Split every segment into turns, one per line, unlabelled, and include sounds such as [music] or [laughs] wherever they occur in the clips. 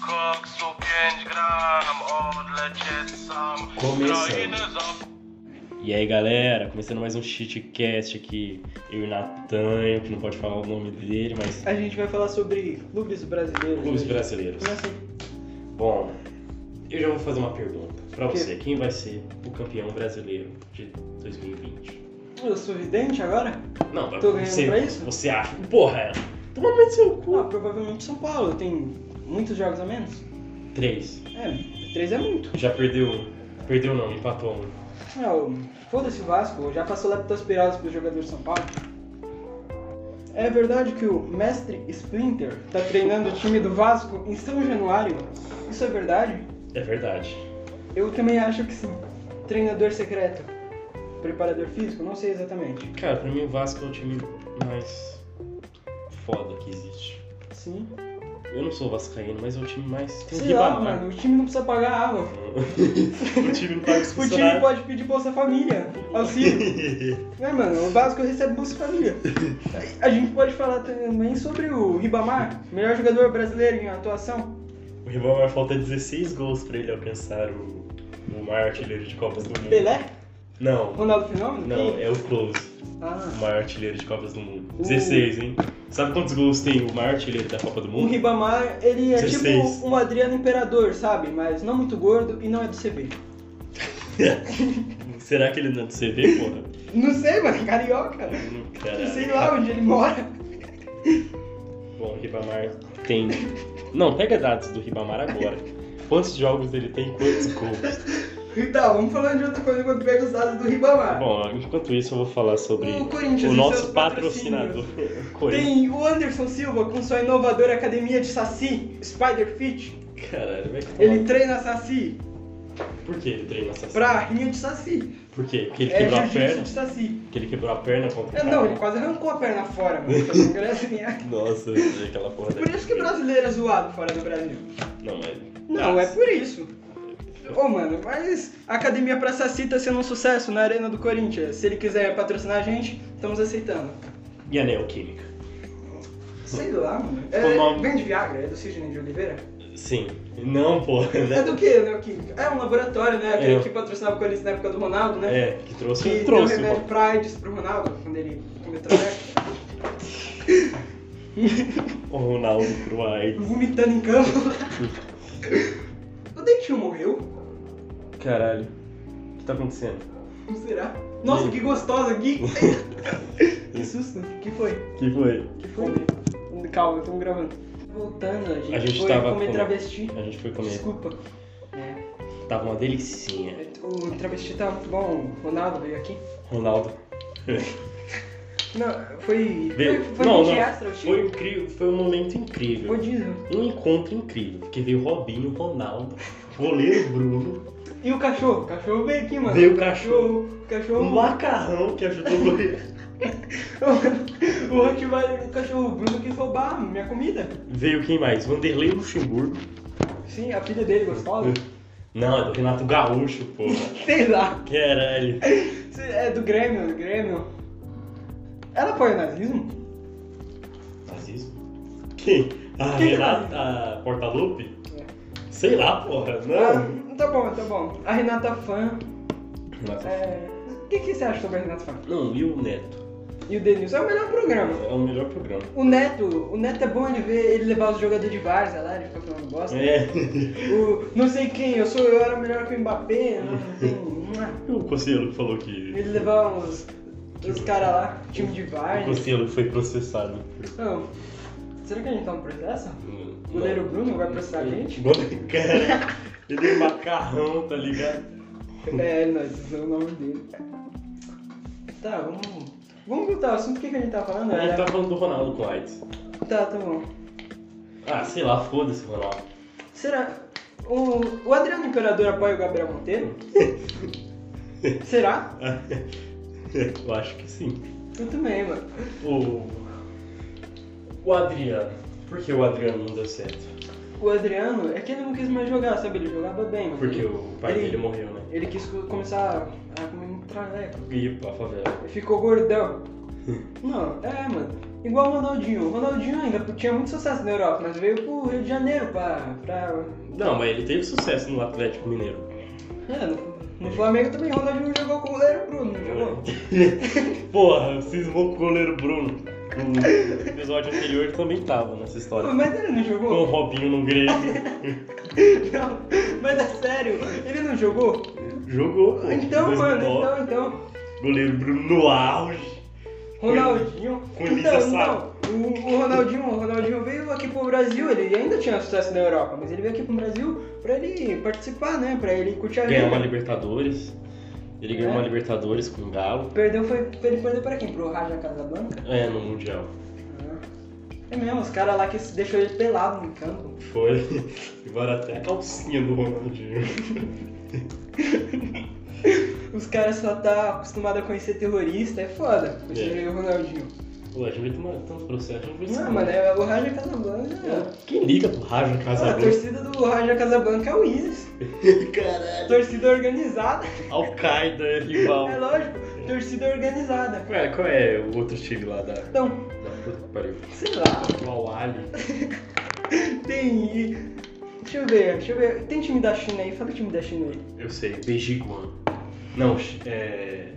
tu 5 gram, odlecieć sam.
Começando.
Krainę zap...
E aí galera, começando mais um cheatcast aqui. Eu e o Natanho, que não pode falar o nome dele, mas
A gente vai falar sobre clubes brasileiros.
clubes
hoje.
brasileiros.
Começa
Bom, eu já vou fazer uma pergunta pra
Que?
você. Quem vai ser o campeão brasileiro de 2020?
Eu sou vidente agora?
Não, pra
Tô ganhando
você,
pra isso?
você acha? Porra, é. toma no meio do seu
Ah,
cu.
provavelmente São Paulo. Tem muitos jogos a menos.
Três.
É, três é muito.
Já perdeu um. Perdeu não, empatou um.
Ah, o- foda-se o Vasco. Já passou leptospirose pro jogador de São Paulo. É verdade que o mestre Splinter tá treinando o time do Vasco em São Januário? Isso é verdade?
É verdade.
Eu também acho que sim. Treinador secreto. Preparador físico? Não sei exatamente.
Cara, pra mim o Vasco é o time mais foda que existe.
Sim.
Eu não sou vascaíno, mas é o time mais... Tem
Sei
que né?
lá,
babar.
mano. O time não precisa pagar água.
[laughs] o time não tá paga os
O time
funcionários.
pode pedir Bolsa Família, auxílio.
[laughs]
É, mano, o Vasco recebe Bolsa Família. A gente pode falar também sobre o Ribamar, melhor jogador brasileiro em atuação.
O Ribamar falta 16 gols pra ele alcançar o, o maior artilheiro de Copas do Mundo.
Pelé?
Não,
Ronaldo Fenômeno?
não,
Quem?
é o Close, o
Ah,
maior artilheiro de Copas do Mundo.
Uh.
16, hein? Sabe quantos gols tem o maior artilheiro da Copa do
o
Mundo?
Ribamar, ele é
16.
tipo um Adriano Imperador, sabe? Mas não muito gordo e não é do CB.
Será que ele não é do CV, porra?
Não sei, mano, carioca.
Hum, Caralho.
Sei lá onde ele mora.
Bom, o Ribamar tem. Não, pega dados do Ribamar agora. Quantos jogos ele tem, quantos gols?
Tá, vamos falar de outra coisa quando pega os dados do Ribamar.
Bom, enquanto isso eu vou falar sobre
O Corinthians e
o nosso
seus patrocínios.
patrocinador. Corinthians.
Tem o Anderson Silva com sua inovadora academia de Saci, Spider Fit.
Caralho, vai tomar
Ele treina Saci
Por que ele treina essa
pra rinha de Saci.
Por quê? Porque ele
É
quebrou a
jiu-jitsu
perna?
de Saci.
Porque ele quebrou a perna contra
É,
o
não,
cara?
ele quase arrancou a perna fora,
[laughs]
mano. Foi um ingresso em ar.
Nossa, é aquela porra
Por isso que brasileiro é zoado fora do Brasil.
Não, mas...
Não, é por isso. Ô, mano, mas a academia pra Saci tá sendo um sucesso na Arena do Corinthians. Se ele quiser patrocinar a gente, estamos aceitando.
E a Neoquímica?
Sei lá, mano.
Ficou
É,
nome.
vem de Viagra, é do Sidney de Oliveira?
Sim. Não, porra,
É
né?
do que, Neoquímica? É um laboratório, né? Aquele
É.
que patrocinava o Corinthians na época do Ronaldo, né?
É, que trouxe...
Que
trouxe,
deu remédio pra AIDS pro Ronaldo, quando ele né? comeu traveco.
O Ronaldo pro AIDS.
vomitando em campo. [laughs] o Dentinho morreu?
Caralho. O que tá acontecendo?
Não será? Nossa,
Sim.
que
[laughs]
gostosa, Gui! que susto! que foi?
O que foi?
que foi? Calma, estamos gravando. Voltando, a gente,
A gente
foi
tava
comer
com-
travesti.
A gente foi comer.
Desculpa. É,
Tava uma delicinha.
o travesti tá muito bom, o Ronaldo veio aqui.
Ronaldo.
Não, foi.
Veio-
Foi, foi
não,
gente
não.
extra, tipo? o
Foi
time.
incrível. Foi um momento incrível.
Rodízio.
Um encontro incrível. Porque veio Robinho, Ronaldo, goleiro Bruno,
E o cachorro? O cachorro veio aqui, mano.
Veio o
O cachorro. O
o
cachorro.
Macarrão que ajudou o goleiro.
[laughs] O Rottweiler, o cachorro Bruno quis roubar minha comida.
Veio quem mais? Vanderlei Luxemburgo.
Sim, a filha dele gostosa.
[laughs] Não, é do Renato Gaúcho, porra.
Sei lá.
Caralho.
É do Grêmio, do Grêmio. Ela apoia o nazismo?
Nazismo? Quem? A
Quem É.
Renata Portaluppi? Sei lá, porra. Não.
Ah, tá bom, tá bom. A Renata Fã.
Renata-
é, O que, que você acha sobre a Renata Fã?
Não, e o Neto?
E o Denilson é o melhor programa.
É o melhor programa.
O Neto, o Neto é bom ele ver ele levar os jogadores de várzea lá, ele fica falando bosta.
É.
O não sei quem, eu sou, eu era melhor que o Mbappé, não, não
[laughs]
tem.
E o Conselho falou que.
Ele levar os, os caras lá, time de
O
várzea.
Conselho foi processado. por-
Não. Será que a gente tá no processo? O goleiro Bruno vai processar
[laughs]
a gente?
Goleiro- Hum. Cara, ele é macarrão, tá ligado?
É, nós usamos o nome dele. Tá, vamos. Vamos voltar ao assunto o que, que a gente tá falando?
A
Era-
gente tá falando do Ronaldo com AIDS.
Tá, tá bom.
Ah, sei lá, foda-se, Ronaldo.
Será. O, o Adriano Imperador apoia o Gabriel
[laughs]
Monteiro? Será?
Eu acho que sim.
Eu também, mano.
O. O Adriano. Por que o Adriano não deu certo?
O Adriano é que ele não quis mais jogar, sabe? Ele jogava bem, mas.
Porque
ele,
o pai
Ele-
dele morreu, né?
ele quis co- começar a comer um traveco.
E pra favela. [laughs]
Ele ficou gordão. Não, é, mano. Igual o Ronaldinho. O Ronaldinho ainda tinha muito sucesso na Europa, mas veio pro Rio de Janeiro pra. pra...
Não, mas ele teve sucesso no Atlético Mineiro.
É, no, no Flamengo também o Ronaldinho jogou com o goleiro Bruno, não jogou?
[laughs] Porra, cismou com o goleiro Bruno. No episódio anterior também tava nessa
Pô,
história.
Mas ele não
Com o
jogou?
Robinho no Grêmio.
[laughs] Não, mas é sério, ele não jogou?
Jogou, pô.
Então,
Dois
mano,
bola.
então, então.
Goleiro Bruno no auge.
Ronaldinho.
Com Elisa
Então,
Sá.
não. O, o Ronaldinho, o Ronaldinho veio aqui pro Brasil, ele ainda tinha sucesso na Europa, mas ele veio aqui pro Brasil pra ele participar, né? Pra ele curtir a
Ganhou uma
vida.
Libertadores. Ele ganhou
É.
uma Libertadores com o Galo.
Perdeu foi. Ele perdeu pra quem? Pro Raja Casablanca?
É, no Mundial.
É mesmo, os caras lá que deixou ele pelado no campo.
Foi. [laughs] Levaram até a calcinha do Ronaldinho.
Os caras só tá acostumado a conhecer terrorista, é foda. Conhecer o Ronaldinho.
Pô, a gente vai tomar tantos processos. Não,
Não, mano, é, o Raja Casablanca.
um- Quem liga pro Raja
Ah, a
É. Casablanca?
torcida do Raja Casablanca é o ISIS. [laughs]
Caralho.
Torcida organizada.
Al-Qaeda é rival.
É lógico, torcida organizada.
Ué, qual é o outro time lá da, da
Então,
puta que pariu?
sei
O
lá,
Al-Ali.
tem. Deixa eu ver, deixa eu ver. Tem time da China aí, fala o time da China aí.
Eu sei, Beijiguan. Não, é.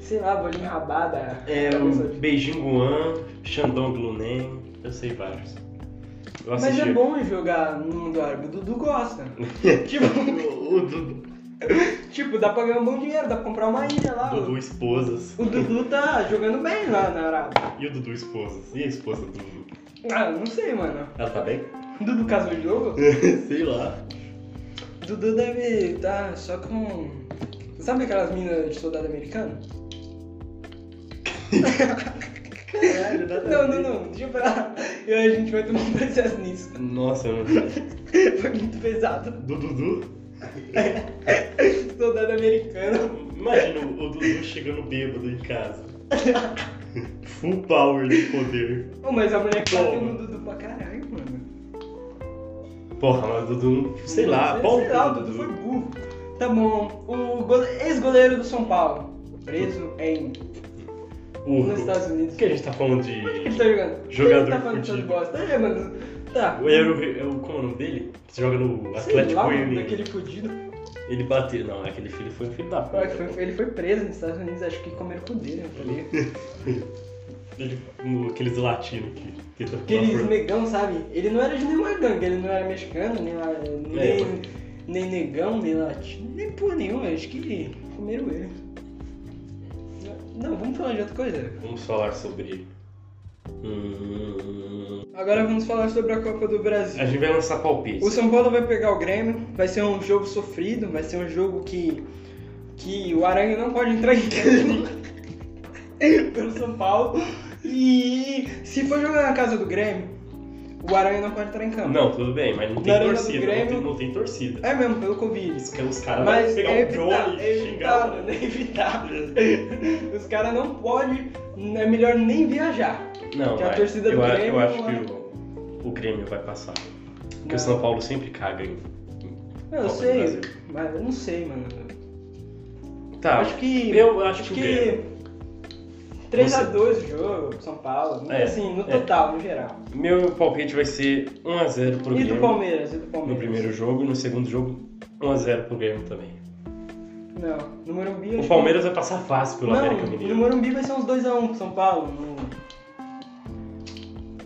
Sei lá, bolinha rabada.
É o Beijinguan, Shandong Lunen, eu sei vários. Eu
Mas
assisti.
é bom jogar no mundo árabe, o Dudu gosta. tipo,
O Dudu,
[laughs] tipo, dá pra ganhar um bom dinheiro, dá pra comprar uma ilha lá.
Dudu Esposas.
O Dudu tá jogando bem lá na Arábia.
E o Dudu Esposas? E a esposa do Dudu?
Ah, não sei, mano.
Ela tá bem?
O Dudu casou
[laughs]
de novo?
sei lá.
O Dudu deve tá só com. Sabe aquelas minas de soldado americano?
Caralho,
Não, não, não, deixa eu parar. Eu, a gente vai tomar um processo nisso. [laughs]
não. Nossa, eu não sei.
Foi muito pesado.
Do Dudu?
Soldado americano.
Imagina o Dudu chegando bêbado em casa. Full power de poder.
Ô, mas a mulher que bateu
Toma.
no Dudu pra caralho, mano.
Porra, mas o Dudu, sei lá,
sei,
pau
sei
no
lá, o
cu do
Dudu foi burro. Tá bom. O gole- ex-goleiro do São Paulo. Preso em. Nos
Urco.
Estados Unidos.
Por que a gente tá falando de.
Ele tá jogando.
Uhum. Jogador
Ele tá falando essas
fudido.
bosta. É, mano. Tá.
O Euro, é o- como é o nome dele? Que joga no
Sei
Atlético
lá, mano,
Mineiro.
daquele fudido.
Ele bateu. Não, aquele filho foi um filho da
Olha,
puta.
foi- Ele foi preso nos Estados Unidos, acho que comeram com dele, eu falei.
[laughs] Ele, no- aqueles latinos que que tá
Aqueles
na
negão, sabe? Ele não era de nenhuma gangue, ele não era mexicano, nem, la-
É,
nem,
mano.
nem negão, nem latino, nem porra nenhuma, acho que comeram ele. Não, vamos falar de outra coisa.
Vamos falar sobre. Hum,
Agora vamos falar sobre a Copa do Brasil.
a gente vai lançar palpite.
O São Paulo vai pegar o Grêmio, vai ser um jogo sofrido, vai ser um jogo que, que o Aranha não pode entrar em campo [laughs] pelo São Paulo. E se for jogar na casa do Grêmio, o Aranha não pode entrar em campo.
[laughs] Não, tudo bem, mas não tem
Na Arena do
torcida. Não
Grêmio-
tem, não tem torcida.
É mesmo, pelo Covid.
Os, ca- os caras vão
Mas
pegar
é
o drone
evitável, é
e xingar. o-
evitável, é evitável. Os caras não podem, é melhor nem viajar.
Não,
Que a
vai.
torcida do
eu, acho-
Grêmio é.
eu acho
vai-
que o, o Grêmio vai passar. Porque
Não.
o São Paulo sempre caga em.
Eu
Copa do
sei,
Brasil.
mas eu não sei, mano.
Tá.
acho que.
eu acho que o Grêmio.
3x2 o jogo, São Paulo.
É,
assim, no
é.
total, no geral.
Meu palpite vai ser 1x0 pro
e
Grêmio.
do Palmeiras, e do Palmeiras.
No primeiro jogo, no segundo jogo, 1x0 pro Grêmio também.
Não, no Morumbi... eu
O
acho
Palmeiras vai passar fácil
que...
pelo
Não,
América
no
Mineiro.
Morumbi vai ser uns 2x1 pro São Paulo. No...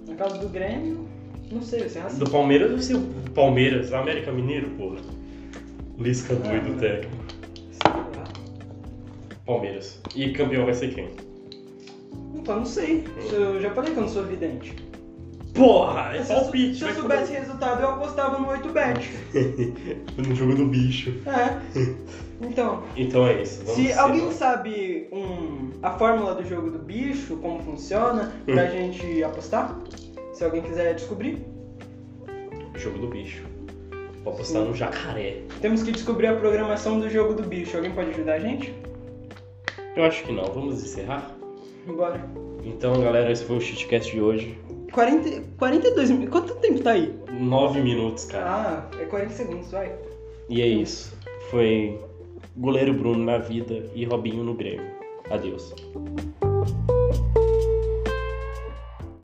Na casa do Grêmio, não sei, você é racista.
Do Palmeiras vai ser o Palmeiras, América Mineiro, porra. Lisca doido
Ah.
técnico.
Sei lá.
Palmeiras. E campeão vai ser quem?
Então, não sei. Eu já falei que eu não sou vidente.
Porra! É
Se eu,
palpite!
se eu
vai
soubesse o resultado, eu apostava
[laughs]
no 8bet.
tomar- No jogo do bicho.
É. Então,
Então é isso. vamos
se
ser-
alguém sabe um, a fórmula do jogo do bicho, como funciona, pra
Hum.
gente apostar, se alguém quiser descobrir,
Jogo do bicho. Vou apostar
Sim.
no jacaré.
temos que descobrir a programação do jogo do bicho. Alguém pode ajudar a gente?
Eu acho que não. Vamos encerrar?
Bora.
Então, galera, esse foi o shitcast de hoje.
40, 42 minutos. Quanto tempo tá aí?
Nove minutos, cara.
Ah, é 40 segundos, vai.
E é isso. Foi goleiro Bruno na vida e Robinho no Grêmio. Adeus.